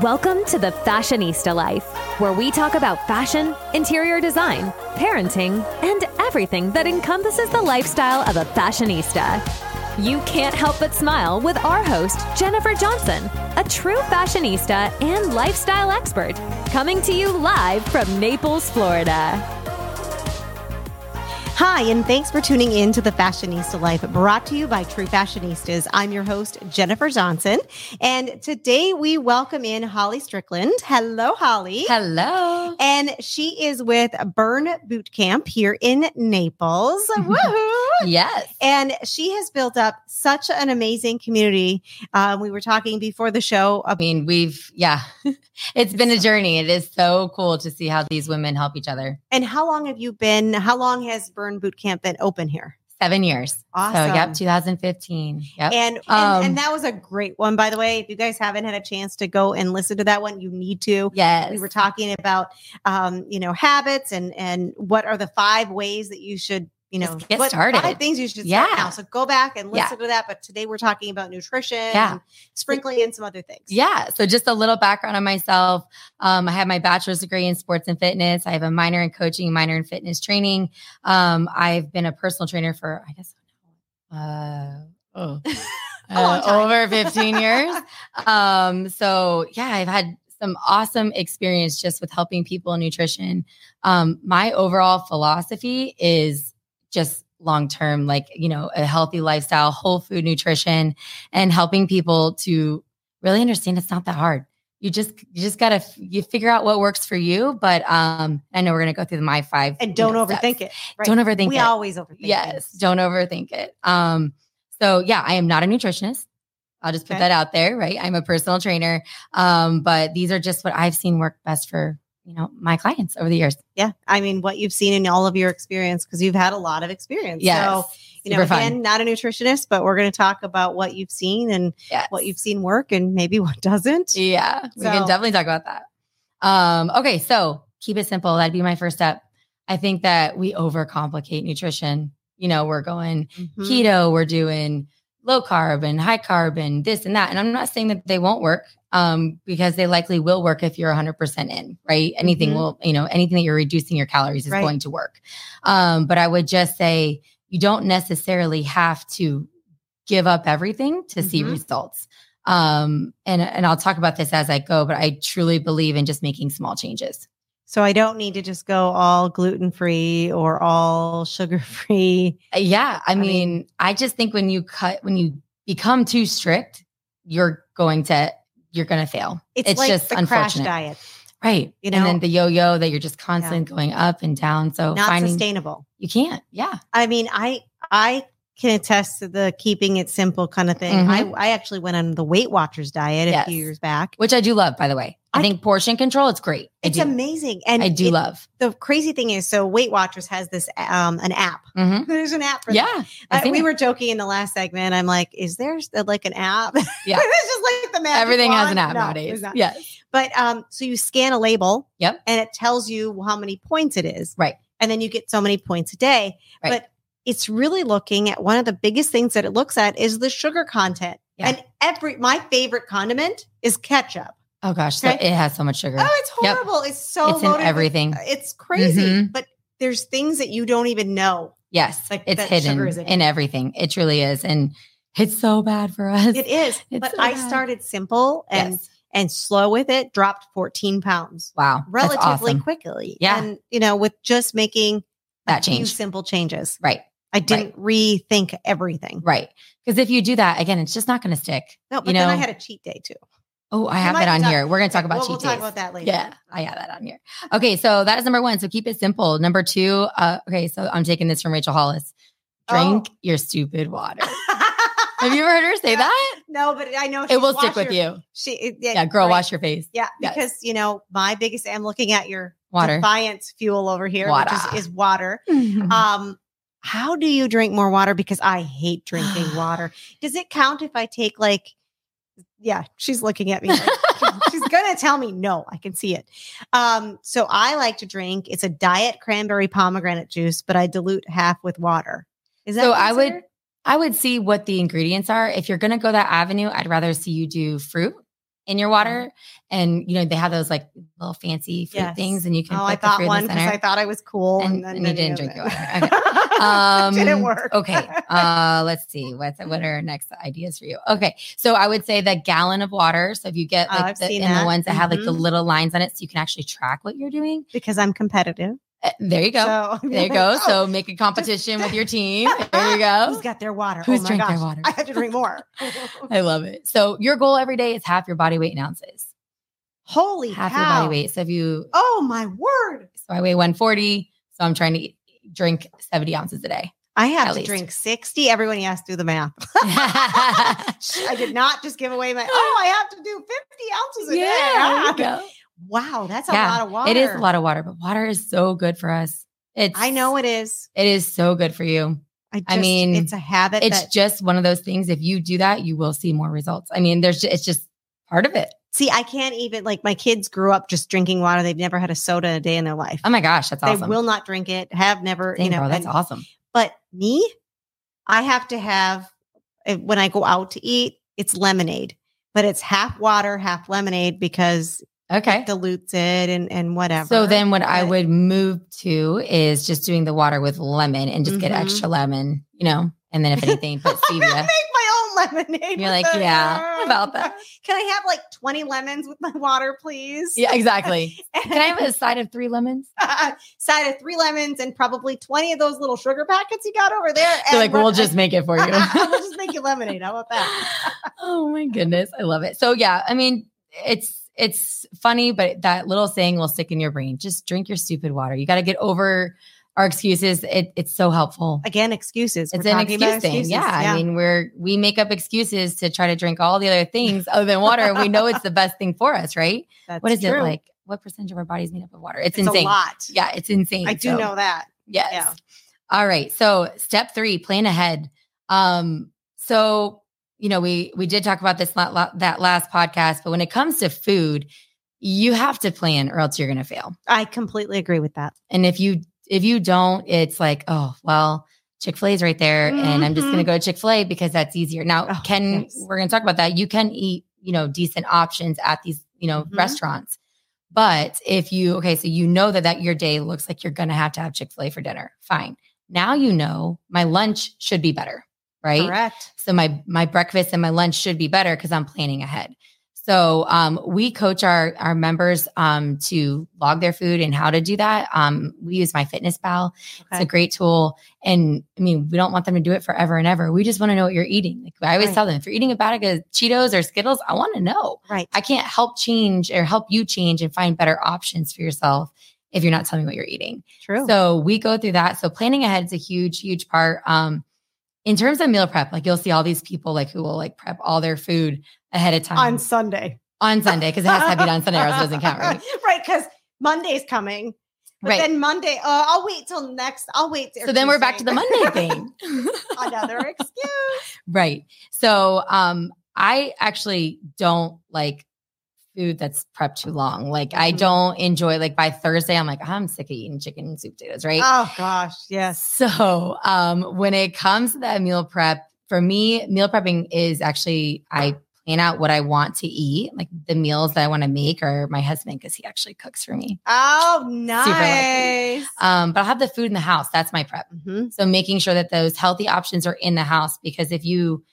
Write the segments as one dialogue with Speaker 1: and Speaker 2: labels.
Speaker 1: Welcome to the Fashionista Life, where we talk about fashion, interior design, parenting, and everything that encompasses the lifestyle of a fashionista. You can't help but smile with our host, Jennifer Johnson, a true fashionista and lifestyle expert, coming to you live from Naples, Florida.
Speaker 2: Hi, and thanks for tuning in to the Fashionista Life brought to you by True Fashionistas. I'm your host, Jennifer Johnson. And today we welcome in Holly Strickland. Hello, Holly.
Speaker 3: Hello.
Speaker 2: And she is with Burn Boot Camp here in Naples. Woohoo!
Speaker 3: Yes.
Speaker 2: And she has built up such an amazing community. Um, we were talking before the show
Speaker 3: I mean, we've, yeah, it's been a journey. It is so cool to see how these women help each other.
Speaker 2: And how long have you been? How long has Burn Boot Camp been open here?
Speaker 3: Seven years.
Speaker 2: Awesome.
Speaker 3: So, yep, 2015. Yep.
Speaker 2: And and,
Speaker 3: Um,
Speaker 2: and that was a great one, by the way. If you guys haven't had a chance to go and listen to that one, you need to.
Speaker 3: yes.
Speaker 2: We were talking about, um, you know, habits and and what are the five ways that you should, you know,
Speaker 3: Just get
Speaker 2: what
Speaker 3: started.
Speaker 2: five things you should
Speaker 3: Yeah.
Speaker 2: start now. So go back and
Speaker 3: Yeah.
Speaker 2: listen to that. But today we're talking about nutrition,
Speaker 3: Yeah.
Speaker 2: and sprinkling in some other things.
Speaker 3: Yeah. So just a little background on myself. Um, I have my bachelor's degree in sports and fitness. I have a minor in coaching, minor in fitness training. Um, I've been a personal trainer for, I guess, uh, oh,
Speaker 2: long
Speaker 3: uh,
Speaker 2: time.
Speaker 3: over 15 years. Um, so yeah, I've had some awesome experience just with helping people in nutrition. Um, my overall philosophy is just long term, like, you know, a healthy lifestyle, whole food nutrition, and helping people to really understand it's not that hard. You just you just gotta f- you figure out what works for you. But um, I know we're gonna go through my five
Speaker 2: And don't
Speaker 3: you know,
Speaker 2: overthink
Speaker 3: steps.
Speaker 2: it. Right?
Speaker 3: Don't overthink
Speaker 2: we
Speaker 3: it.
Speaker 2: always overthink.
Speaker 3: Yes,
Speaker 2: things.
Speaker 3: don't overthink it. Um, so yeah, I am not a nutritionist. I'll just put
Speaker 2: Okay.
Speaker 3: that out there, right? I'm a personal trainer. Um, but these are just what I've seen work best for, you know, my clients over the years.
Speaker 2: Yeah. I mean, what you've seen in all of your experience, because you've had a lot of experience.
Speaker 3: Yes.
Speaker 2: So, you know,
Speaker 3: Super fun.
Speaker 2: again, not a nutritionist, but we're going to talk about what you've seen and
Speaker 3: Yes.
Speaker 2: what you've seen work and maybe what doesn't.
Speaker 3: Yeah, we can
Speaker 2: So-
Speaker 3: definitely talk about that. Um, okay, so keep it simple. That'd be my first step. I think that we overcomplicate nutrition. You know, we're going
Speaker 2: Mhm.
Speaker 3: keto, we're doing low carb and high carb and this and that. And I'm not saying that they won't work um, because they likely will work if you're 100% in, right? Anything
Speaker 2: Mhm.
Speaker 3: will, you know, anything that you're reducing your calories is
Speaker 2: Right.
Speaker 3: going to work. Um, but I would just say you don't necessarily have to give up everything to see
Speaker 2: Mhm.
Speaker 3: results. Um, and, and I'll talk about this as I go, but I truly believe in just making small changes.
Speaker 2: So I don't need to just go all gluten free or all sugar free.
Speaker 3: Uh, Yeah, I, mean,
Speaker 2: mean-
Speaker 3: I just think when you cut, when you become too strict, you're going to you're going to fail.
Speaker 2: It's, like
Speaker 3: just
Speaker 2: the crash
Speaker 3: unfortunate,
Speaker 2: diet,
Speaker 3: right?
Speaker 2: you
Speaker 3: and
Speaker 2: know?
Speaker 3: then the yo-yo that you're just constantly going up and down. So
Speaker 2: not
Speaker 3: finding
Speaker 2: sustainable.
Speaker 3: you can't, yeah,
Speaker 2: I mean, I I can attest to the keeping it simple kind of thing.
Speaker 3: Mhm.
Speaker 2: I I actually went on the Weight Watchers diet a
Speaker 3: Yes.
Speaker 2: few years back.
Speaker 3: which I do love, by the way. I,
Speaker 2: I-
Speaker 3: think portion control, it's great. I
Speaker 2: It's
Speaker 3: do,
Speaker 2: amazing, and
Speaker 3: I do
Speaker 2: it-
Speaker 3: love.
Speaker 2: the crazy thing is, so Weight Watchers has this um an app.
Speaker 3: Mhm.
Speaker 2: There's an app for that.
Speaker 3: Yeah,
Speaker 2: Uh,
Speaker 3: I
Speaker 2: we
Speaker 3: we were
Speaker 2: were joking in the last segment. I'm like, is there uh, like an app?
Speaker 3: Yeah.
Speaker 2: it's just like the magic
Speaker 3: everything has an
Speaker 2: wand.
Speaker 3: app
Speaker 2: No,
Speaker 3: nowadays.
Speaker 2: there's not.
Speaker 3: Yes,
Speaker 2: But um, so you scan a label.
Speaker 3: Yep.
Speaker 2: And it tells you how many points it is.
Speaker 3: Right.
Speaker 2: And then you get so many points a day.
Speaker 3: Right.
Speaker 2: But it's really looking at one of the biggest things that it looks at is the sugar content.
Speaker 3: Yeah.
Speaker 2: And every my favorite condiment is ketchup.
Speaker 3: oh gosh, so
Speaker 2: Okay.
Speaker 3: it has so much sugar.
Speaker 2: Oh, it's
Speaker 3: Yep.
Speaker 2: horrible. It's so
Speaker 3: it's in
Speaker 2: loaded with-
Speaker 3: everything.
Speaker 2: It's crazy.
Speaker 3: Mhm.
Speaker 2: But there's things that you don't even know.
Speaker 3: Yes,
Speaker 2: like
Speaker 3: it's
Speaker 2: that
Speaker 3: hidden
Speaker 2: sugar is in
Speaker 3: in everything. It truly is, and it's so bad for us.
Speaker 2: It is.
Speaker 3: It's
Speaker 2: but
Speaker 3: so
Speaker 2: I
Speaker 3: bad.
Speaker 2: started simple and
Speaker 3: yes.
Speaker 2: and slow with it, dropped 14 pounds
Speaker 3: Wow. that's
Speaker 2: relatively
Speaker 3: awesome.
Speaker 2: quickly.
Speaker 3: Yeah.
Speaker 2: And, you know, with just making a
Speaker 3: That
Speaker 2: few
Speaker 3: change.
Speaker 2: simple changes.
Speaker 3: Right.
Speaker 2: I didn't rethink everything.
Speaker 3: Right. Because if you do that, again, it's just not going to stick.
Speaker 2: No, but
Speaker 3: You
Speaker 2: then I
Speaker 3: know,
Speaker 2: had a cheat day too.
Speaker 3: Oh, I have
Speaker 2: might
Speaker 3: that on
Speaker 2: talk-
Speaker 3: here. We're going to talk about
Speaker 2: we'll,
Speaker 3: cheat
Speaker 2: we'll talk
Speaker 3: days.
Speaker 2: about that later.
Speaker 3: Yeah, I have that on here. Okay, so that is number one. So keep it simple. Number two, uh, okay, so I'm taking this from Rachel Hollis. Drink your stupid water. Have you ever heard her say
Speaker 2: Oh. Yeah,
Speaker 3: that?
Speaker 2: no, but I know
Speaker 3: It
Speaker 2: she's
Speaker 3: will stick
Speaker 2: washed
Speaker 3: with
Speaker 2: your-
Speaker 3: you.
Speaker 2: She, it- yeah,
Speaker 3: Yeah, girl,
Speaker 2: right.
Speaker 3: wash your face.
Speaker 2: Yeah,
Speaker 3: Yes.
Speaker 2: because you know my biggest. I'm looking at your
Speaker 3: Water.
Speaker 2: defiance fuel over here, which
Speaker 3: Water.
Speaker 2: is, is water.
Speaker 3: Mm-hmm.
Speaker 2: Um, how do you drink more water? Because I hate drinking water. Does it count if I take like, yeah, she's looking at me. like- she's gonna tell me no. I can see it. Um, so I like to drink. It's a diet cranberry pomegranate juice, but I dilute half with water. Is that
Speaker 3: So I would-
Speaker 2: considered?
Speaker 3: I would see what the ingredients are. If you're going to go that avenue, I'd rather see you do fruit in your water. And you know, they have those like little fancy fruit
Speaker 2: Uh-huh. Yes.
Speaker 3: things and you can
Speaker 2: Oh, I
Speaker 3: put the
Speaker 2: thought
Speaker 3: fruit
Speaker 2: one
Speaker 3: in the
Speaker 2: because I
Speaker 3: center.
Speaker 2: thought I was cool, and,
Speaker 3: And-
Speaker 2: then
Speaker 3: and you didn't drink your water.
Speaker 2: Um, didn't
Speaker 3: Um,
Speaker 2: work.
Speaker 3: okay. Uh let's see. What's what are our next ideas for you? Okay. So I would say that gallon of water. So if you get
Speaker 2: Oh,
Speaker 3: like
Speaker 2: I've
Speaker 3: the,
Speaker 2: seen
Speaker 3: and
Speaker 2: that.
Speaker 3: the ones that have like the
Speaker 2: Mhm.
Speaker 3: little lines on it so you can actually track what you're doing.
Speaker 2: because I'm competitive.
Speaker 3: Uh, there you go.
Speaker 2: So,
Speaker 3: There you go.
Speaker 2: Oh,
Speaker 3: So make a competition with your team. There you go.
Speaker 2: Who's got their water?
Speaker 3: Who's
Speaker 2: oh my
Speaker 3: drank
Speaker 2: gosh.
Speaker 3: their water?
Speaker 2: I have to drink more.
Speaker 3: I love it. So your goal every day is half your body weight in ounces.
Speaker 2: Holy
Speaker 3: Half your
Speaker 2: cow.
Speaker 3: body weight. So if you
Speaker 2: Oh my word.
Speaker 3: so I weigh 140, so I'm trying to eat, drink 70 ounces a day.
Speaker 2: I have
Speaker 3: At
Speaker 2: to
Speaker 3: least.
Speaker 2: drink 60. Everyone has to do the math. I did not just give away my oh, I have to do 50 ounces a
Speaker 3: yeah.
Speaker 2: day. Ah,
Speaker 3: there you go.
Speaker 2: Wow, that's a
Speaker 3: Yeah,
Speaker 2: lot of water.
Speaker 3: It is a lot of water, but water is so good for us. It's
Speaker 2: I know it is.
Speaker 3: it is so good for you.
Speaker 2: I, just,
Speaker 3: I mean,
Speaker 2: it's a habit
Speaker 3: It's
Speaker 2: that
Speaker 3: just one of those things. If you do that, you will see more results. I mean, there's ju- it's just part of it.
Speaker 2: see, I can't even like my kids grew up just drinking water. They've never had a soda a day in their life.
Speaker 3: Oh my gosh, that's
Speaker 2: they
Speaker 3: awesome.
Speaker 2: will not drink it, have never,
Speaker 3: Dang,
Speaker 2: you know,
Speaker 3: girl, that's
Speaker 2: and-
Speaker 3: awesome.
Speaker 2: but me, I have to have eh, when I go out to eat, it's lemonade, but it's half water, half lemonade because
Speaker 3: Okay.
Speaker 2: dilutes it and and whatever.
Speaker 3: So then what I
Speaker 2: But-
Speaker 3: would move to is just doing the water with lemon and just get
Speaker 2: Mhm.
Speaker 3: extra lemon, you know, and then if anything, put
Speaker 2: I'm gonna
Speaker 3: stevia.
Speaker 2: make my own lemonade.
Speaker 3: You're
Speaker 2: with
Speaker 3: like,
Speaker 2: the-
Speaker 3: yeah, about that.
Speaker 2: Can I have like 20 lemons with my water, please?
Speaker 3: Yeah, exactly. Can I have a side of three lemons?
Speaker 2: side of three lemons and probably 20 of those little sugar packets you got over there?
Speaker 3: They're
Speaker 2: and
Speaker 3: like,
Speaker 2: we're-
Speaker 3: we'll just make it for you.
Speaker 2: we'll just make you lemonade. How about that?
Speaker 3: oh my goodness. I love it. So yeah, I mean, it's it's funny, but that little saying will stick in your brain. Just drink your stupid water. You gotta get over our excuses. It, it's so helpful.
Speaker 2: Again, excuses.
Speaker 3: It's
Speaker 2: We're
Speaker 3: an
Speaker 2: talking about
Speaker 3: excuse thing.
Speaker 2: excuses.
Speaker 3: Yeah, I mean, we're we make up excuses to try to drink all the other things other than water, and we know it's the best thing for us, right?
Speaker 2: that's
Speaker 3: what is it
Speaker 2: true.
Speaker 3: like? What percentage of our body is made up of water? It's,
Speaker 2: It's
Speaker 3: insane.
Speaker 2: a lot.
Speaker 3: Yeah, it's insane.
Speaker 2: I do
Speaker 3: So,
Speaker 2: know that.
Speaker 3: Yes.
Speaker 2: yeah.
Speaker 3: All right. So step three, plan ahead. Um, so you know, we we did talk about this la- la- that last podcast, but when it comes to food, you have to plan, or else you're going to fail.
Speaker 2: I completely agree with that.
Speaker 3: And if you if you don't, it's like, oh well, Chick Fil A's right there, and I'm just going to go to Chick Fil A because that's easier. Now,
Speaker 2: Mm-hmm. Oh,
Speaker 3: can
Speaker 2: yes.
Speaker 3: we're going to talk about that? You can eat, you know, decent options at these, you know,
Speaker 2: Mhm.
Speaker 3: restaurants. But if you okay, so you know that that your day looks like you're going to have to have Chick Fil A for dinner. Fine. Now you know my lunch should be better, right?
Speaker 2: Correct.
Speaker 3: So my my breakfast and my lunch should be better because I'm planning ahead. So um, we coach our our members um, to log their food and how to do that. Um, we use my Fitness Pal. It's
Speaker 2: Okay.
Speaker 3: a great tool, and I mean we don't want them to do it forever and ever. We just want to know what you're eating. Like I always
Speaker 2: Right.
Speaker 3: tell them, if you're eating a bag of Cheetos or Skittles, I want to know.
Speaker 2: Right.
Speaker 3: I can't help change or help you change and find better options for yourself if you're not telling me what you're eating.
Speaker 2: True.
Speaker 3: So we go through that. So planning ahead is a huge, huge part. Um, in terms of meal prep, like you'll see all these people like who will like prep all their food ahead of time
Speaker 2: on
Speaker 3: on,
Speaker 2: Sunday.
Speaker 3: Sunday because it has to be done on Sunday or else it doesn't count, right?
Speaker 2: because Monday's coming. But
Speaker 3: Right.
Speaker 2: then Monday, uh, I'll wait till next. I'll wait. till
Speaker 3: so then we're back to
Speaker 2: Tuesday.
Speaker 3: the Monday thing,
Speaker 2: Another excuse.
Speaker 3: right? So um, I actually don't like food that's prepped too long. Like I
Speaker 2: Mhm.
Speaker 3: don't enjoy like by Thursday I'm like "Oh, I'm sick of eating chicken and soup potatoes, right?
Speaker 2: Oh gosh, yes.
Speaker 3: So, um, when it comes to that meal prep, for me, meal prepping is actually I plan out what I want to eat, like the meals that I want to make, or my husband because he actually cooks for me.
Speaker 2: Oh,
Speaker 3: lucky.
Speaker 2: nice.
Speaker 3: Um, but I'll have the food in the house. That's my prep.
Speaker 2: Mhm.
Speaker 3: So making sure that those healthy options are in the house because if you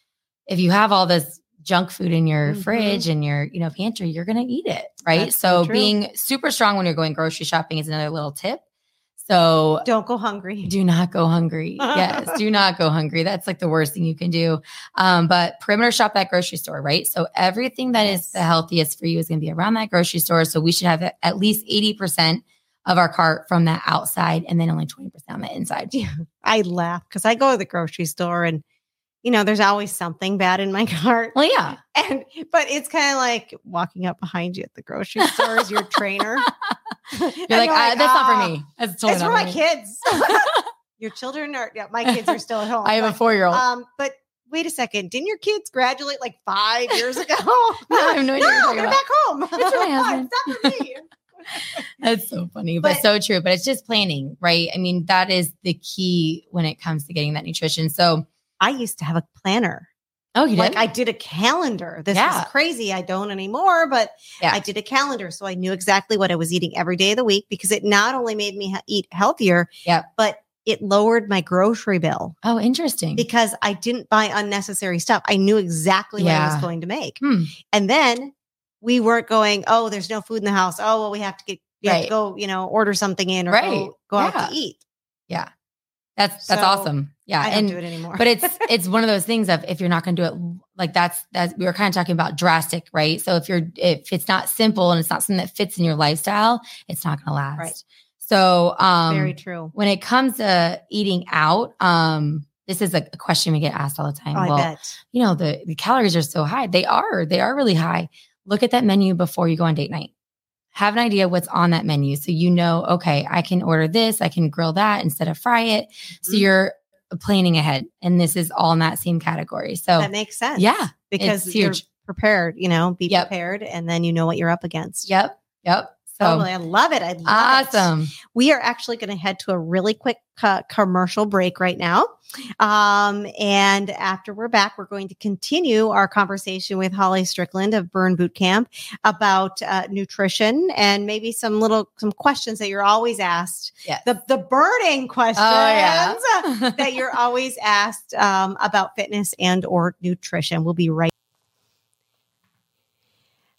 Speaker 3: if you have all this junk food in your
Speaker 2: Mhm.
Speaker 3: fridge and your you know pantry, you're gonna eat it, right?
Speaker 2: That's so
Speaker 3: so
Speaker 2: true.
Speaker 3: being super strong when you're going grocery shopping is another little tip. So
Speaker 2: Don't go hungry.
Speaker 3: do not go hungry. Yes, do not go hungry. That's like the worst thing you can do. Um, but perimeter shop that grocery store, right? So everything that is the healthiest for you is going to be around that grocery store. So we should have at- at least 80% of our cart from that outside and then only 20% on the inside.
Speaker 2: I laugh because I go to the grocery store and you know there's always something bad in my cart.
Speaker 3: Well, yeah.
Speaker 2: And but it's kind of like walking up behind you at the grocery store is your trainer. And
Speaker 3: You're like, "Ah, that's not
Speaker 2: "Ah,
Speaker 3: for me. That's totally
Speaker 2: it's
Speaker 3: not
Speaker 2: for my
Speaker 3: me."
Speaker 2: kids. your children are yeah, my kids are still at home.
Speaker 3: I have a
Speaker 2: but-
Speaker 3: four year old.
Speaker 2: Um, but wait a second, didn't your kids graduate like five years ago?
Speaker 3: No, I have no idea what you're
Speaker 2: No,
Speaker 3: talking
Speaker 2: they're
Speaker 3: about.
Speaker 2: back home.
Speaker 3: It's for my husband.
Speaker 2: It's not for me.
Speaker 3: That's so funny, but,
Speaker 2: But-
Speaker 3: so true. But it's just planning, right? I mean, that is the key when it comes to getting that nutrition. So,
Speaker 2: I used to have a planner.
Speaker 3: Oh, you
Speaker 2: like
Speaker 3: did?
Speaker 2: I did a calendar. This
Speaker 3: Yeah.
Speaker 2: is crazy. I don't anymore, but
Speaker 3: Yeah.
Speaker 2: I did a calendar so I knew exactly what I was eating every day of the week because it not only made me ha- eat healthier,
Speaker 3: Yep.
Speaker 2: but it lowered my grocery bill
Speaker 3: oh, interesting.
Speaker 2: because I didn't buy unnecessary stuff. I knew exactly what I
Speaker 3: Yeah.
Speaker 2: was going to make.
Speaker 3: Hmm.
Speaker 2: And then we weren't going, oh, there's no food in the house. Oh, well, we have to get we have
Speaker 3: Right.
Speaker 2: to go, you know, order something in or
Speaker 3: Right.
Speaker 2: go, go out to eat.
Speaker 3: that's that's
Speaker 2: So,
Speaker 3: awesome. Yeah,
Speaker 2: I don't
Speaker 3: and
Speaker 2: do it anymore.
Speaker 3: but it's it's one of those things of if you're not going to do it like that's that's we were kind of talking about drastic, right? So if you're if it's not simple and it's not something that fits in your lifestyle, it's not going to last.
Speaker 2: Right.
Speaker 3: So um,
Speaker 2: very true.
Speaker 3: when it comes to eating out, um, this is a a question we get asked all the time.
Speaker 2: Oh, I
Speaker 3: um, well,
Speaker 2: bet.
Speaker 3: you know the, the calories are so high they are they are really high look at that menu before you go on date night have an idea what's on that menu so you know okay i can order this i can grill that instead of fry it so
Speaker 2: Mhm.
Speaker 3: you're planning ahead and this is all in that same category so
Speaker 2: That makes sense.
Speaker 3: Oh, yeah
Speaker 2: because
Speaker 3: It's
Speaker 2: you're
Speaker 3: huge.
Speaker 2: prepared, you know, be
Speaker 3: Yep.
Speaker 2: prepared and then you know what you're up against.
Speaker 3: yep yep so
Speaker 2: Totally. I love it. I love it.
Speaker 3: Oh. awesome
Speaker 2: We are actually going to head to a really quick co- commercial break right now. Um, and after we're back, we're going to continue our conversation with Holly Strickland of Burn Boot Camp about uh, nutrition and maybe some little some questions that you're always asked.
Speaker 3: Yes. Oh,
Speaker 2: The the burning questions
Speaker 3: yeah.
Speaker 2: that you're always asked um, about fitness and or nutrition. We'll be right.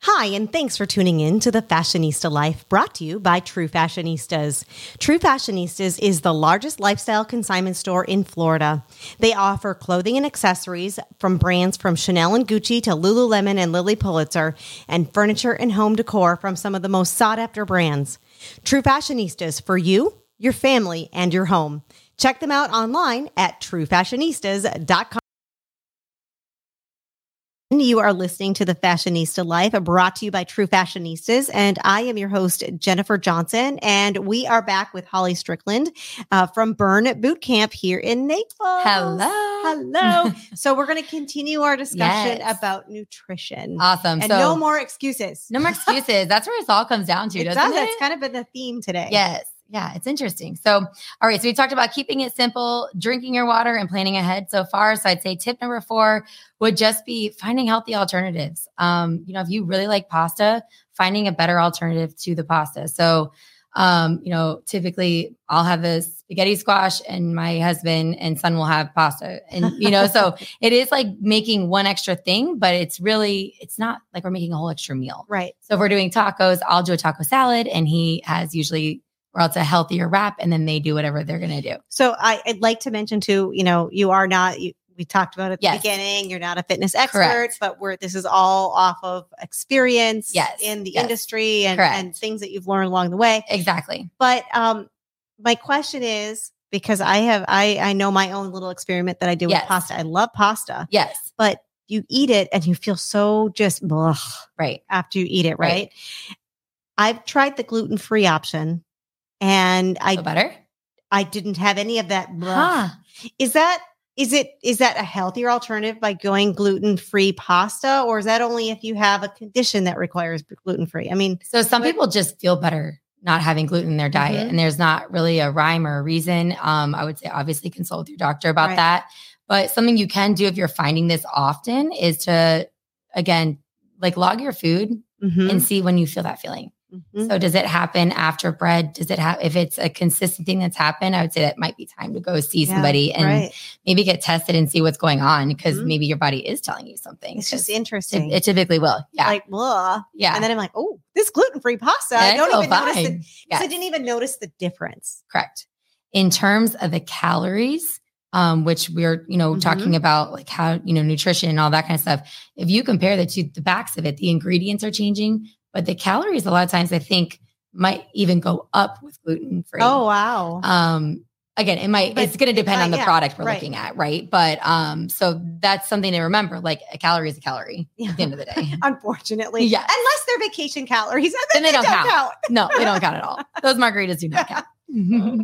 Speaker 2: Hi, and thanks for tuning in to the Fashionista Life brought to you by True Fashionistas. True Fashionistas is the largest lifestyle consignment store in Florida. They offer clothing and accessories from brands from Chanel and Gucci to Lululemon and Lilly Pulitzer, and furniture and home decor from some of the most sought after brands. True Fashionistas for you, your family, and your home. Check them out online at truefashionistas.com. You are listening to the Fashionista Life, brought to you by True Fashionistas, and I am your host Jennifer Johnson, and we are back with Holly Strickland uh, from Burn Boot Camp here in Naples.
Speaker 3: hello
Speaker 2: hello. so we're going to continue our discussion
Speaker 3: Yes.
Speaker 2: about nutrition,
Speaker 3: awesome
Speaker 2: and
Speaker 3: so
Speaker 2: no more excuses.
Speaker 3: no more excuses that's where it all comes down to
Speaker 2: it
Speaker 3: doesn't
Speaker 2: does.
Speaker 3: it
Speaker 2: That's kind of been the theme today.
Speaker 3: Yes. Yeah, it's interesting. So, all right. So, we talked about keeping it simple, drinking your water, and planning ahead so far. So, I'd say tip number four would just be finding healthy alternatives. Um, you know, if you really like pasta, finding a better alternative to the pasta. So, um, you know, typically I'll have a spaghetti squash and my husband and son will have pasta. And, you know, so it is like making one extra thing, but it's really, it's not like we're making a whole extra meal.
Speaker 2: Right.
Speaker 3: So if we're doing tacos, I'll do a taco salad, and he has usually or else a healthier wrap, and then they do whatever they're gonna do.
Speaker 2: So I, I'd like to mention too, you know, you are not. You, we talked about it at the
Speaker 3: Yes.
Speaker 2: beginning. You're not a fitness expert,
Speaker 3: Correct.
Speaker 2: but we're this is all off of experience
Speaker 3: Yes.
Speaker 2: in the
Speaker 3: Yes.
Speaker 2: industry and,
Speaker 3: Correct.
Speaker 2: and things that you've learned along the way.
Speaker 3: Exactly.
Speaker 2: But um, my question is because I have I I know my own little experiment that I do
Speaker 3: Yes.
Speaker 2: with pasta. I love pasta,
Speaker 3: Yes.
Speaker 2: but you eat it and you feel so just blah
Speaker 3: Right.
Speaker 2: after you eat it,
Speaker 3: Right.
Speaker 2: right? I've tried the gluten free option, and I
Speaker 3: Feel better.
Speaker 2: I didn't have any of that. Blah.
Speaker 3: Huh.
Speaker 2: Is that is it is that a healthier alternative by going gluten free pasta, or is that only if you have a condition that requires gluten free? I mean,
Speaker 3: So some
Speaker 2: But-
Speaker 3: people just feel better not having gluten in their diet,
Speaker 2: Mhm.
Speaker 3: and there's not really a rhyme or a reason. Um, I would say obviously consult with your doctor about
Speaker 2: Right.
Speaker 3: that. But something you can do if you're finding this often is to again like log your food
Speaker 2: mhm,
Speaker 3: and see when you feel that feeling.
Speaker 2: mhm.
Speaker 3: So does it happen after bread? Does it have if it's a consistent thing that's happened? I would say that might be time to go see
Speaker 2: Yeah,
Speaker 3: somebody and
Speaker 2: right.
Speaker 3: maybe get tested and see what's going on because
Speaker 2: Mhm.
Speaker 3: maybe your body is telling you something.
Speaker 2: It's just
Speaker 3: 'cause it,
Speaker 2: interesting.
Speaker 3: it typically will. Yeah.
Speaker 2: Like blah,
Speaker 3: yeah.
Speaker 2: and then I'm like, oh, this gluten free pasta.
Speaker 3: Yeah,
Speaker 2: I don't
Speaker 3: it's all
Speaker 2: even notice it.
Speaker 3: fine.
Speaker 2: 'cause I
Speaker 3: Yes.
Speaker 2: didn't even notice the difference.
Speaker 3: Correct. In terms of the calories, um, which we're you know
Speaker 2: Mhm.
Speaker 3: talking about like how you know nutrition and all that kind of stuff. If you compare the two, the backs of it, the ingredients are changing, but the calories a lot of times I think might even go up with gluten free.
Speaker 2: Oh wow.
Speaker 3: um again it might
Speaker 2: But-
Speaker 3: it's going to depend
Speaker 2: but
Speaker 3: on the
Speaker 2: yeah,
Speaker 3: product we're
Speaker 2: right.
Speaker 3: looking at right but um so that's something to remember like a calorie is a calorie at the end of the day
Speaker 2: Unfortunately,
Speaker 3: Yes.
Speaker 2: unless they're vacation calories, and then
Speaker 3: Then they
Speaker 2: they
Speaker 3: don't
Speaker 2: don't,
Speaker 3: count.
Speaker 2: count.
Speaker 3: no they don't count at all those margaritas do not count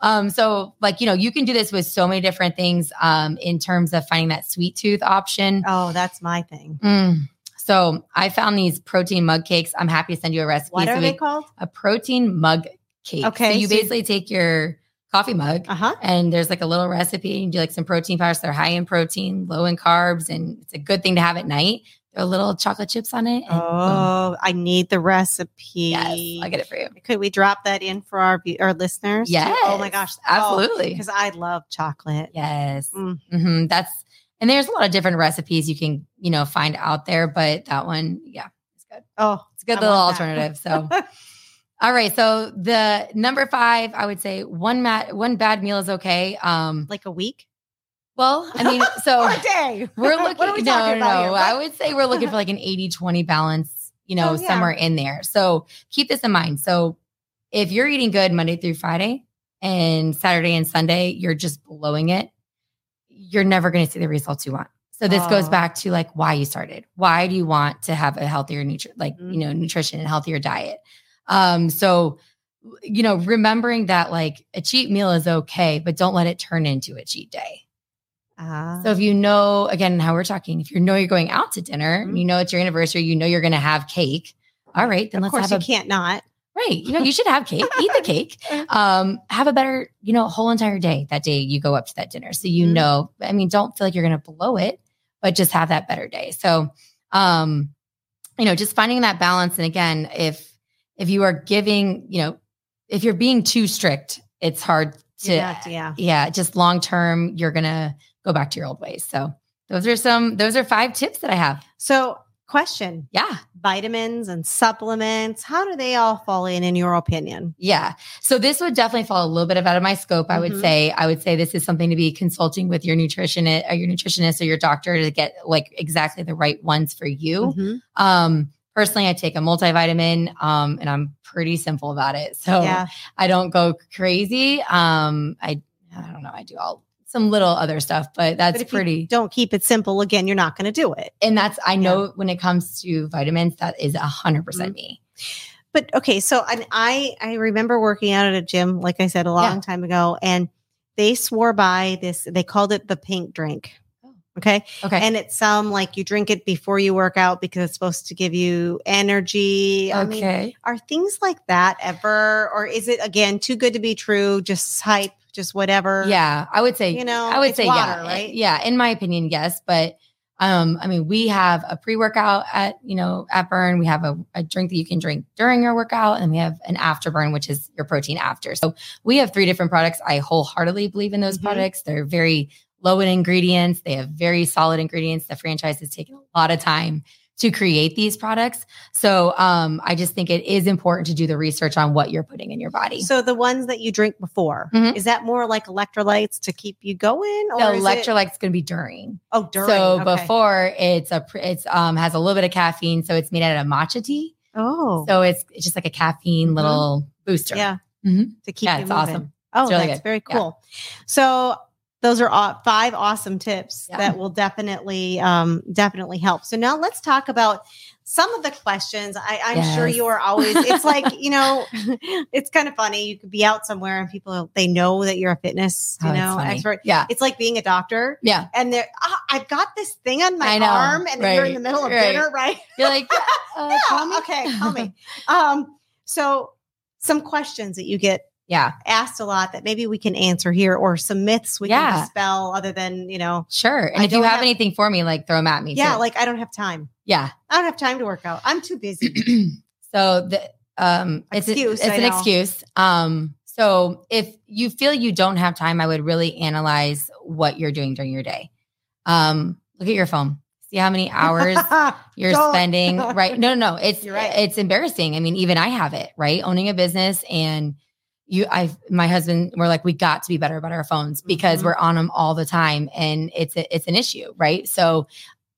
Speaker 3: um so like you know you can do this with so many different things um in terms of finding that sweet tooth option
Speaker 2: Oh, that's my thing.
Speaker 3: Mm. so i found these protein mug cakes i'm happy to send you a recipe
Speaker 2: What
Speaker 3: so
Speaker 2: are
Speaker 3: we-
Speaker 2: they called?
Speaker 3: a protein mug cake
Speaker 2: Okay,
Speaker 3: so you
Speaker 2: so you-
Speaker 3: basically take your coffee mug.
Speaker 2: Uh huh.
Speaker 3: And there's like a little recipe and do like some protein powders. They're high in protein, low in carbs, and it's a good thing to have at night. There are little chocolate chips on it. and boom.
Speaker 2: Oh, I need the recipe.
Speaker 3: yes, I'll get it for you.
Speaker 2: Could we drop that in for our view- our listeners? too?
Speaker 3: Yes.
Speaker 2: Oh my gosh.
Speaker 3: Absolutely.
Speaker 2: Because I love chocolate.
Speaker 3: Yes.
Speaker 2: Mm.
Speaker 3: hmm That's and there's a lot of different recipes you can you know find out there, but that one, yeah, it's good.
Speaker 2: Oh,
Speaker 3: It's a good
Speaker 2: I
Speaker 3: little
Speaker 2: want that.
Speaker 3: alternative. So, all right. So the number five, I would say one mat, one bad meal is okay. Um,
Speaker 2: like a week
Speaker 3: well, I mean, so
Speaker 2: or a day.
Speaker 3: Oh, we're looking.
Speaker 2: what are we
Speaker 3: no,
Speaker 2: talking
Speaker 3: no,
Speaker 2: about
Speaker 3: no.
Speaker 2: here?
Speaker 3: I would say we're looking for like an 80-20 balance. You know,
Speaker 2: Oh, yeah.
Speaker 3: somewhere in there. So keep this in mind. So if you're eating good Monday through Friday and Saturday and Sunday, you're just blowing it. You're never going to see the results you want. So this goes
Speaker 2: Oh.
Speaker 3: back to like why you started. Why do you want to have a healthier nutri- like
Speaker 2: Mm.
Speaker 3: you know nutrition and healthier diet? Um, so you know, remembering that like a cheat meal is okay, but don't let it turn into a cheat day.
Speaker 2: Ah.
Speaker 3: So if you know, again, how we're talking, if you know you're going out to dinner,
Speaker 2: Mm-hmm.
Speaker 3: and you know it's your anniversary, you know you're going to have cake. All right, then
Speaker 2: of
Speaker 3: let's
Speaker 2: course, you
Speaker 3: have a
Speaker 2: can't not.
Speaker 3: right. You know, you should have cake. Eat the cake.
Speaker 2: Uh-huh.
Speaker 3: Um, have a better, you know, whole entire day that day you go up to that dinner. So you
Speaker 2: Mhm.
Speaker 3: know, I mean, don't feel like you're going to blow it, but just have that better day. So, um, you know, just finding that balance. And again, if if you are giving, you know, if you're being too strict, it's hard to
Speaker 2: You'd have to- yeah.
Speaker 3: yeah, just long term, you're gonna go back to your old ways. So those are some those are five tips that I have.
Speaker 2: So, question:
Speaker 3: Yeah.
Speaker 2: vitamins and supplements. How do they all fall in, in your opinion?
Speaker 3: Yeah. So this would definitely fall a little bit of out of my scope. I would
Speaker 2: Mhm.
Speaker 3: say, I would say this is something to be consulting with your nutritionist or your nutritionist or your doctor to get like exactly the right ones for you.
Speaker 2: Mhm.
Speaker 3: Um personally I take a multivitamin um and I'm pretty simple about it. So
Speaker 2: Yeah.
Speaker 3: I don't go crazy. Um I I don't know, I do all some little other stuff, but that's
Speaker 2: But if you
Speaker 3: pretty
Speaker 2: Don't keep it simple. Again, you're not going to do it.
Speaker 3: and that's I know when it comes to vitamins, that is a hundred percent me.
Speaker 2: but okay so and i i remember working out at a gym like i said a long
Speaker 3: Yeah.
Speaker 2: time ago and they swore by this they called it the pink drink
Speaker 3: Oh.
Speaker 2: okay
Speaker 3: Okay,
Speaker 2: and it's some like you drink it before you work out because it's supposed to give you energy i mean
Speaker 3: okay.
Speaker 2: are things like that ever or is it again too good to be true just hype just whatever
Speaker 3: yeah, I would say
Speaker 2: you know
Speaker 3: I would
Speaker 2: it's
Speaker 3: say
Speaker 2: water
Speaker 3: yeah, eh,
Speaker 2: right
Speaker 3: yeah. In my opinion, yes, but um, I mean, we have a pre workout at you know at Burn. We have a, a drink that you can drink during your workout, and we have an afterburn, which is your protein after. So we have three different products. I wholeheartedly believe in those
Speaker 2: Mhm.
Speaker 3: products. They're very low in ingredients. They have very solid ingredients. The franchise has taken a lot of time to create these products. So um, I just think it is important to do the research on what you're putting in your body.
Speaker 2: so the ones that you drink before
Speaker 3: Mhm.
Speaker 2: is that more like electrolytes to keep you going or
Speaker 3: the
Speaker 2: is it-
Speaker 3: electrolytes going to be during.
Speaker 2: oh during
Speaker 3: So
Speaker 2: okay.
Speaker 3: before it's a pr- it's um has a little bit of caffeine, so it's made out of matcha tea.
Speaker 2: oh
Speaker 3: So it's it's just like a caffeine
Speaker 2: Mhm.
Speaker 3: little booster.
Speaker 2: Yeah.
Speaker 3: Mhm.
Speaker 2: To keep
Speaker 3: Yeah,
Speaker 2: you
Speaker 3: it's
Speaker 2: moving.
Speaker 3: awesome.
Speaker 2: Oh,
Speaker 3: It's really
Speaker 2: that's
Speaker 3: good.
Speaker 2: very
Speaker 3: Yeah.
Speaker 2: cool. So those are all five awesome tips
Speaker 3: Yeah.
Speaker 2: that will definitely um, definitely help. So now let's talk about some of the questions. I, I'm sure
Speaker 3: Yes.
Speaker 2: you are always. It's like you know, it's kind of funny. You could be out somewhere and people they know that you're a fitness you
Speaker 3: Oh, it's
Speaker 2: know
Speaker 3: funny.
Speaker 2: expert.
Speaker 3: Yeah.
Speaker 2: It's like being a doctor.
Speaker 3: Yeah.
Speaker 2: And they're, ah, I've got this thing on my
Speaker 3: I know,
Speaker 2: arm, and you're in
Speaker 3: right,
Speaker 2: the middle of
Speaker 3: right.
Speaker 2: dinner, right?
Speaker 3: You're like, uh, call me?
Speaker 2: Yeah, okay, tell me. Um, so, some questions that you get
Speaker 3: yeah.
Speaker 2: asked a lot that maybe we can answer here or some myths we
Speaker 3: Yeah.
Speaker 2: can dispel other than, you know,
Speaker 3: Sure. And
Speaker 2: I
Speaker 3: if you
Speaker 2: don't
Speaker 3: have,
Speaker 2: have-
Speaker 3: anything for me, like throw them at me.
Speaker 2: yeah,
Speaker 3: too.
Speaker 2: like I don't have time.
Speaker 3: yeah.
Speaker 2: I don't have time to work out. I'm too busy.
Speaker 3: so the um it's, a-
Speaker 2: Excuse,
Speaker 3: it's
Speaker 2: I
Speaker 3: an
Speaker 2: know.
Speaker 3: excuse. Um so if you feel you don't have time, I would really analyze what you're doing during your day. Um look at your phone. See how many hours you're
Speaker 2: Don't.
Speaker 3: spending right no no no it's
Speaker 2: You're right.
Speaker 3: it's embarrassing i mean even i have it right owning a business and you i my husband we're like we got to be better about our phones because
Speaker 2: Mhm.
Speaker 3: we're on them all the time and it's a, it's an issue right so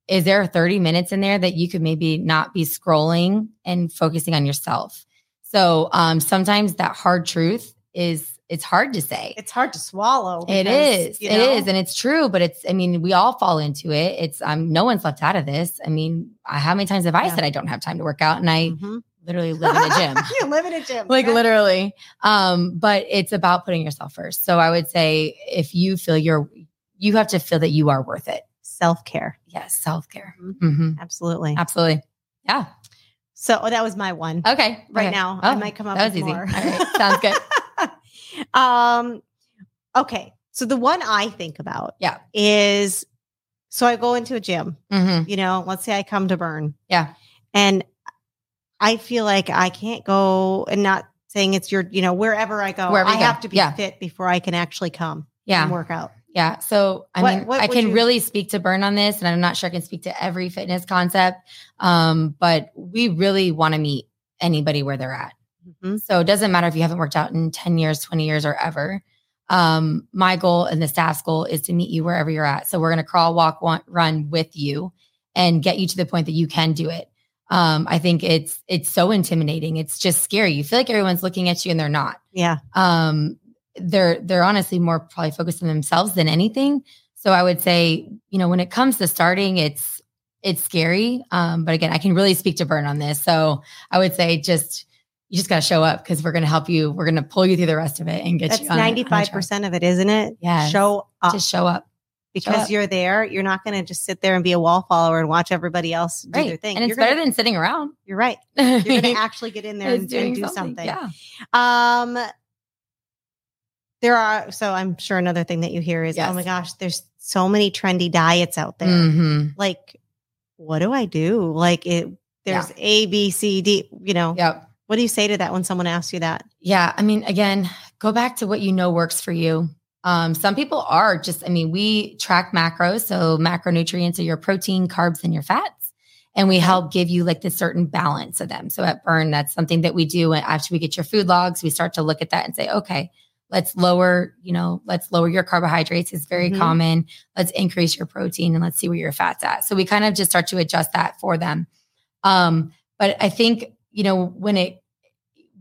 Speaker 3: is there 30 minutes in there that you could maybe not be scrolling and focusing on yourself so um sometimes that hard truth is it's hard to say
Speaker 2: it's hard to swallow.
Speaker 3: it
Speaker 2: because,
Speaker 3: is.
Speaker 2: you
Speaker 3: It
Speaker 2: know,
Speaker 3: is. And it's true, but it's, I mean, we all fall into it. It's, um, no one's left out of this. I mean, I, how many times have I
Speaker 2: Yeah.
Speaker 3: said I don't have time to work out and I
Speaker 2: Mhm.
Speaker 3: literally live in a gym?
Speaker 2: you live in a gym.
Speaker 3: like
Speaker 2: yeah.
Speaker 3: literally. Um, but it's about putting yourself first. So I would say if you feel you're, you have to feel that you are worth it.
Speaker 2: self-care.
Speaker 3: Yes. Self care.
Speaker 2: Mhm.
Speaker 3: hmm
Speaker 2: Absolutely.
Speaker 3: Absolutely. Yeah.
Speaker 2: So oh, that was my one
Speaker 3: Okay.
Speaker 2: right
Speaker 3: Okay.
Speaker 2: now. I
Speaker 3: Oh,
Speaker 2: might come up
Speaker 3: that
Speaker 2: with
Speaker 3: was easy.
Speaker 2: more.
Speaker 3: All right. Sounds good.
Speaker 2: um, Okay. So the one I think about
Speaker 3: Yeah.
Speaker 2: is so I go into a gym,
Speaker 3: Mm-hmm.
Speaker 2: you know, let's say I come to burn.
Speaker 3: Yeah.
Speaker 2: And I feel like I can't go and not saying it's your, you know, wherever I go,
Speaker 3: Wherever you
Speaker 2: I
Speaker 3: go.
Speaker 2: have to be
Speaker 3: Yeah.
Speaker 2: fit before I can actually come and
Speaker 3: Yeah.
Speaker 2: work out.
Speaker 3: Yeah. So I
Speaker 2: What-
Speaker 3: mean,
Speaker 2: what
Speaker 3: I
Speaker 2: would
Speaker 3: can
Speaker 2: you-
Speaker 3: really speak to burn on this, and I'm not sure I can speak to every fitness concept, um, but we really want to meet anybody where they're at.
Speaker 2: Mhm.
Speaker 3: So it doesn't matter if you haven't worked out in 10 years, 20 years, or ever. Um, my goal and the staff's goal is to meet you wherever you're at. So we're going to crawl, walk, wa- run with you and get you to the point that you can do it. Um, I think it's it's so intimidating. It's just scary. You feel like everyone's looking at you and they're not
Speaker 2: Yeah.
Speaker 3: um they're they're honestly more probably focused on themselves than anything so i would say you know when it comes to starting it's it's scary um but again i can really speak to burn on this so i would say just you just got to show up because we're going to help you we're going to pull you through the rest of it and get
Speaker 2: That's
Speaker 3: you on, on track.
Speaker 2: 95% of it, isn't it?
Speaker 3: Yes.
Speaker 2: Show up.
Speaker 3: just show up
Speaker 2: because
Speaker 3: up.
Speaker 2: you're there, you're not going to just sit there and be a wallflower and watch everybody else do their
Speaker 3: right
Speaker 2: thing.
Speaker 3: and it's
Speaker 2: you're
Speaker 3: better
Speaker 2: gonna,
Speaker 3: than sitting around
Speaker 2: you're right. You're going to actually get in there and,
Speaker 3: It's doing
Speaker 2: and do something.
Speaker 3: yeah
Speaker 2: Um, there are so I'm sure another thing that you hear is,
Speaker 3: Yes.
Speaker 2: oh my gosh, there's so many trendy diets out there.
Speaker 3: Mhm.
Speaker 2: Like, what do I do? Like, it there's A, B, C, D. You know,
Speaker 3: yep
Speaker 2: what do you say to that when someone asks you that?
Speaker 3: Yeah. I mean, again, go back to what you know works for you. Um, some people are just, I mean, we track macros, so macronutrients are your protein, carbs, and your fats. And we help give you like the certain balance of them. So at Burn, that's something that we do. And after we get your food logs, we start to look at that and say, okay, let's lower, you know, let's lower your carbohydrates. It's very
Speaker 2: Mhm.
Speaker 3: common. Let's increase your protein and let's see where your fat's at. So we kind of just start to adjust that for them. Um, but I think, you know, when it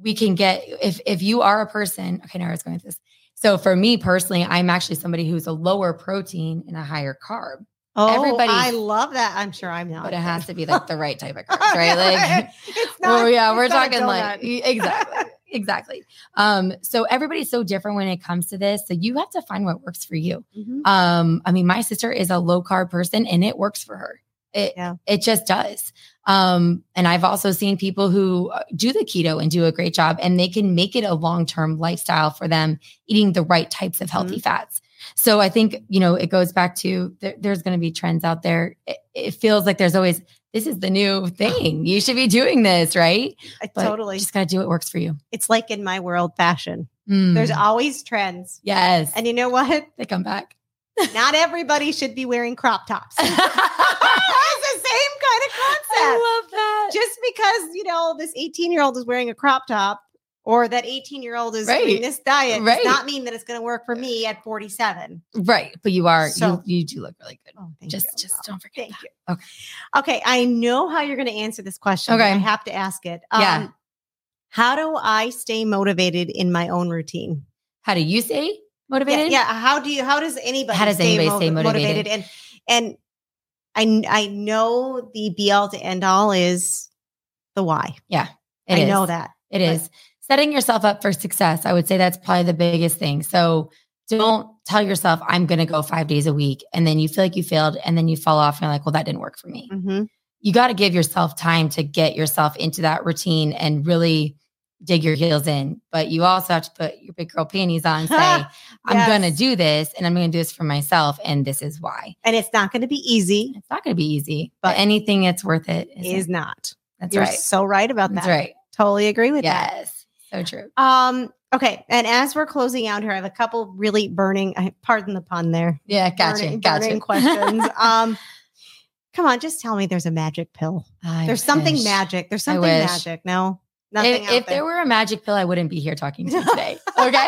Speaker 3: we can get if if you are a person okay now i was going with this so for me personally i'm actually somebody who's a lower protein and a higher carb
Speaker 2: Oh,
Speaker 3: Everybody-
Speaker 2: I love that. I'm sure I'm not.
Speaker 3: but it has to be like the right type of carbs right like
Speaker 2: it's not.
Speaker 3: well, yeah
Speaker 2: it's
Speaker 3: we're
Speaker 2: not a
Speaker 3: talking like e,
Speaker 2: donut.
Speaker 3: exactly exactly um so everybody's so different when it comes to this so you have to find what works for you
Speaker 2: Mhm.
Speaker 3: um i mean my sister is a low carb person and it works for her it
Speaker 2: Yeah.
Speaker 3: it just does um and i've also seen people who uh, do the keto and do a great job and they can make it a long-term lifestyle for them eating the right types of
Speaker 2: Mm-hmm.
Speaker 3: healthy fats so i think you know it goes back to there, there's going to be trends out there it, it feels like there's always this is the new thing you should be doing this right
Speaker 2: I-
Speaker 3: but
Speaker 2: totally.
Speaker 3: you just got to do what works for you
Speaker 2: It's like in my world, fashion.
Speaker 3: Mm.
Speaker 2: There's always trends,
Speaker 3: yes
Speaker 2: and you know what?
Speaker 3: they come back
Speaker 2: Not everybody should be wearing crop tops.
Speaker 3: i
Speaker 2: it's Oh, the same kind of concept.
Speaker 3: love that
Speaker 2: Just because, you know, this 18 year old is wearing a crop top or that 18 year old is
Speaker 3: Right.
Speaker 2: doing this diet
Speaker 3: Right.
Speaker 2: does not mean that it's going to work for me at 47.
Speaker 3: Right, but you are
Speaker 2: So-
Speaker 3: you you do look really good.
Speaker 2: Oh, thank
Speaker 3: just
Speaker 2: you.
Speaker 3: just don't forget.
Speaker 2: Thank
Speaker 3: that.
Speaker 2: you.
Speaker 3: Okay.
Speaker 2: Okay. I know how you're going to answer this question. but
Speaker 3: Okay.
Speaker 2: I have to ask it. Um,
Speaker 3: Yeah.
Speaker 2: How do I stay motivated in my own routine?
Speaker 3: How do you stay
Speaker 2: Yeah,
Speaker 3: motivated?
Speaker 2: yeah. How do you? How does anybody?
Speaker 3: How does anybody stay motivated?
Speaker 2: And and I I know the be all to end all is the why.
Speaker 3: It
Speaker 2: I know
Speaker 3: is.
Speaker 2: that.
Speaker 3: It is setting yourself up for success. I would say that's probably the biggest thing. So don't tell yourself I'm going to go five days a week, and then you feel like you failed, and then you fall off, and you're like, well, that didn't work for me.
Speaker 2: Mm-hmm.
Speaker 3: You got to give yourself time to get yourself into that routine and really dig your heels in. But you also have to put your big girl panties on. and Say I'm
Speaker 2: Yes.
Speaker 3: going to do this, and I'm going to do this for myself, and this is why.
Speaker 2: and it's not going to be easy.
Speaker 3: It's not going to be easy,
Speaker 2: But-
Speaker 3: but anything that's worth it is.
Speaker 2: Is not.
Speaker 3: that's
Speaker 2: You're
Speaker 3: right.
Speaker 2: so right about
Speaker 3: That's
Speaker 2: that.
Speaker 3: right.
Speaker 2: Totally agree with that.
Speaker 3: Yes. So true.
Speaker 2: Um. Okay. And as we're closing out here, I have a couple really burning. I- Pardon the pun there.
Speaker 3: Yeah. Gotcha.
Speaker 2: burning,
Speaker 3: gotcha.
Speaker 2: burning questions. um. Come on, just tell me there's a magic pill.
Speaker 3: I
Speaker 2: There's something
Speaker 3: wish.
Speaker 2: magic. There's
Speaker 3: I
Speaker 2: something
Speaker 3: wish.
Speaker 2: magic. No, nothing.
Speaker 3: If,
Speaker 2: out
Speaker 3: if
Speaker 2: there
Speaker 3: there were a magic pill, I wouldn't be here talking to you today. Okay.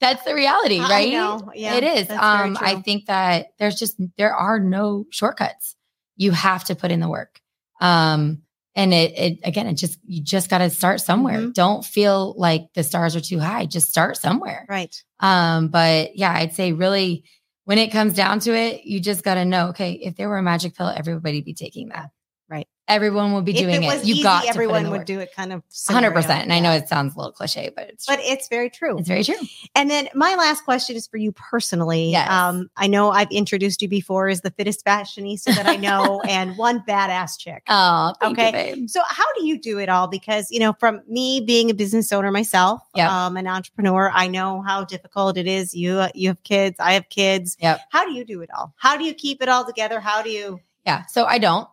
Speaker 3: that's the reality,
Speaker 2: I- I
Speaker 3: right?
Speaker 2: know. Yeah,
Speaker 3: it is.
Speaker 2: that's very
Speaker 3: Um, I
Speaker 2: true.
Speaker 3: think that there's just, there are no shortcuts. You have to put in the work. Um, and it, it again, it just, you just got to start somewhere.
Speaker 2: Mhm.
Speaker 3: Don't feel like the stars are too high. Just start somewhere.
Speaker 2: right.
Speaker 3: Um, but yeah, I'd say really when it comes down to it, you just got to know, okay, if there were a magic pill, everybody be taking that.
Speaker 2: Right.
Speaker 3: Everyone will be doing
Speaker 2: if it
Speaker 3: it.
Speaker 2: was
Speaker 3: You
Speaker 2: easy,
Speaker 3: got to
Speaker 2: everyone would do it kind of
Speaker 3: Hundred
Speaker 2: scenario.
Speaker 3: percent. And I know it sounds a little cliche, but it's
Speaker 2: But
Speaker 3: true.
Speaker 2: it's very true.
Speaker 3: it's very true.
Speaker 2: And then my last question is for you personally.
Speaker 3: Yes.
Speaker 2: Um, I know I've introduced you before as the fittest fashionista that I know and one badass chick.
Speaker 3: Oh, thank you,
Speaker 2: Okay.
Speaker 3: babe.
Speaker 2: So how do you do it all? Because you know, from me being a business owner myself,
Speaker 3: Yep.
Speaker 2: um, an entrepreneur, I know how difficult it is. You uh, you have kids, I have kids.
Speaker 3: Yep.
Speaker 2: How do you do it all? How do you keep it all together? How do you?
Speaker 3: Yeah. So I don't.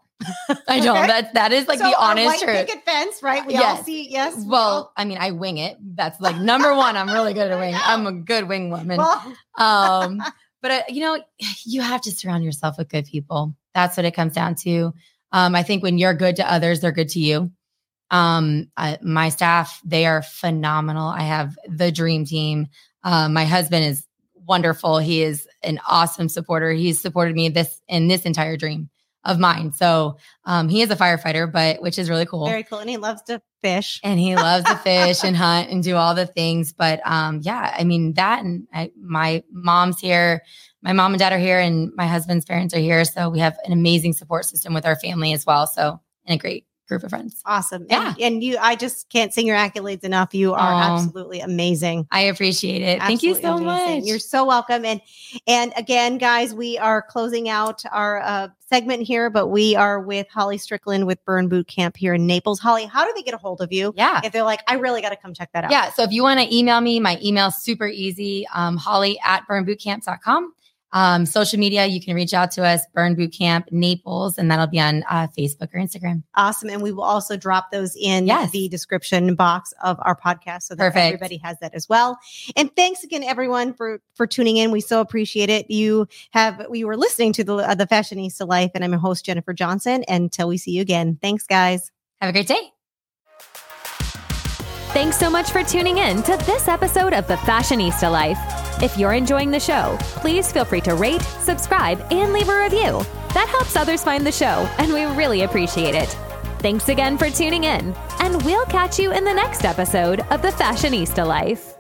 Speaker 3: I don't.
Speaker 2: Okay.
Speaker 3: That that is like
Speaker 2: So
Speaker 3: the
Speaker 2: our
Speaker 3: honest
Speaker 2: white
Speaker 3: truth.
Speaker 2: picket fence, right? We all
Speaker 3: Yes.
Speaker 2: see. Yes. we
Speaker 3: Well, I mean, I wing it. That's like number one. I'm really good at wing. I'm a good wing
Speaker 2: all-
Speaker 3: woman.
Speaker 2: well,
Speaker 3: um, but uh, you know, you have to surround yourself with good people. That's what it comes down to. Um, I think when you're good to others, they're good to you. Um, I, my staff, they are phenomenal. I have the dream team. Uh, my husband is wonderful. He is an awesome supporter. He's supported me this in this entire dream of mine. So um, he is a firefighter, but which is really cool
Speaker 2: very cool, and he loves to fish.
Speaker 3: and he loves to fish and hunt and do all the things. But um, yeah, I mean that, and I, my mom's here, my mom and dad are here, and my husband's parents are here, so we have an amazing support system with our family as well. So, and a great group of friends.
Speaker 2: Awesome. And-
Speaker 3: Yeah.
Speaker 2: And, you, I just can't sing your accolades enough. You are
Speaker 3: Aw.
Speaker 2: absolutely amazing.
Speaker 3: I appreciate it. Thank you so
Speaker 2: Absolutely amazing.
Speaker 3: much.
Speaker 2: You're so welcome. And and again, guys, we are closing out our uh, segment here, but we are with Holly Strickland with Burn Boot Camp here in Naples. Holly, how do they get a hold of you
Speaker 3: yeah.
Speaker 2: if they're like, I really got to come check that out?
Speaker 3: Yeah. So if you want to email me, my email's super easy. Um, holly at burnbootcamp.com. Um, social media, you can reach out to us, Burn Bootcamp Naples, and that'll be on uh, Facebook or Instagram.
Speaker 2: Awesome. And we will also drop those in
Speaker 3: Yes.
Speaker 2: the description box of our podcast so that
Speaker 3: Perfect.
Speaker 2: everybody has that as well. And thanks again, everyone, for for tuning in. We so appreciate it. You have we were listening to the uh, the Fashionista Life, and I'm your host Jennifer Johnson. Until we see you again, thanks, guys.
Speaker 3: Have a great day.
Speaker 1: Thanks so much for tuning in to this episode of The Fashionista Life. If you're enjoying the show, please feel free to rate, subscribe, and leave a review. That helps others find the show, and we really appreciate it. Thanks again for tuning in, and we'll catch you in the next episode of The Fashionista Life.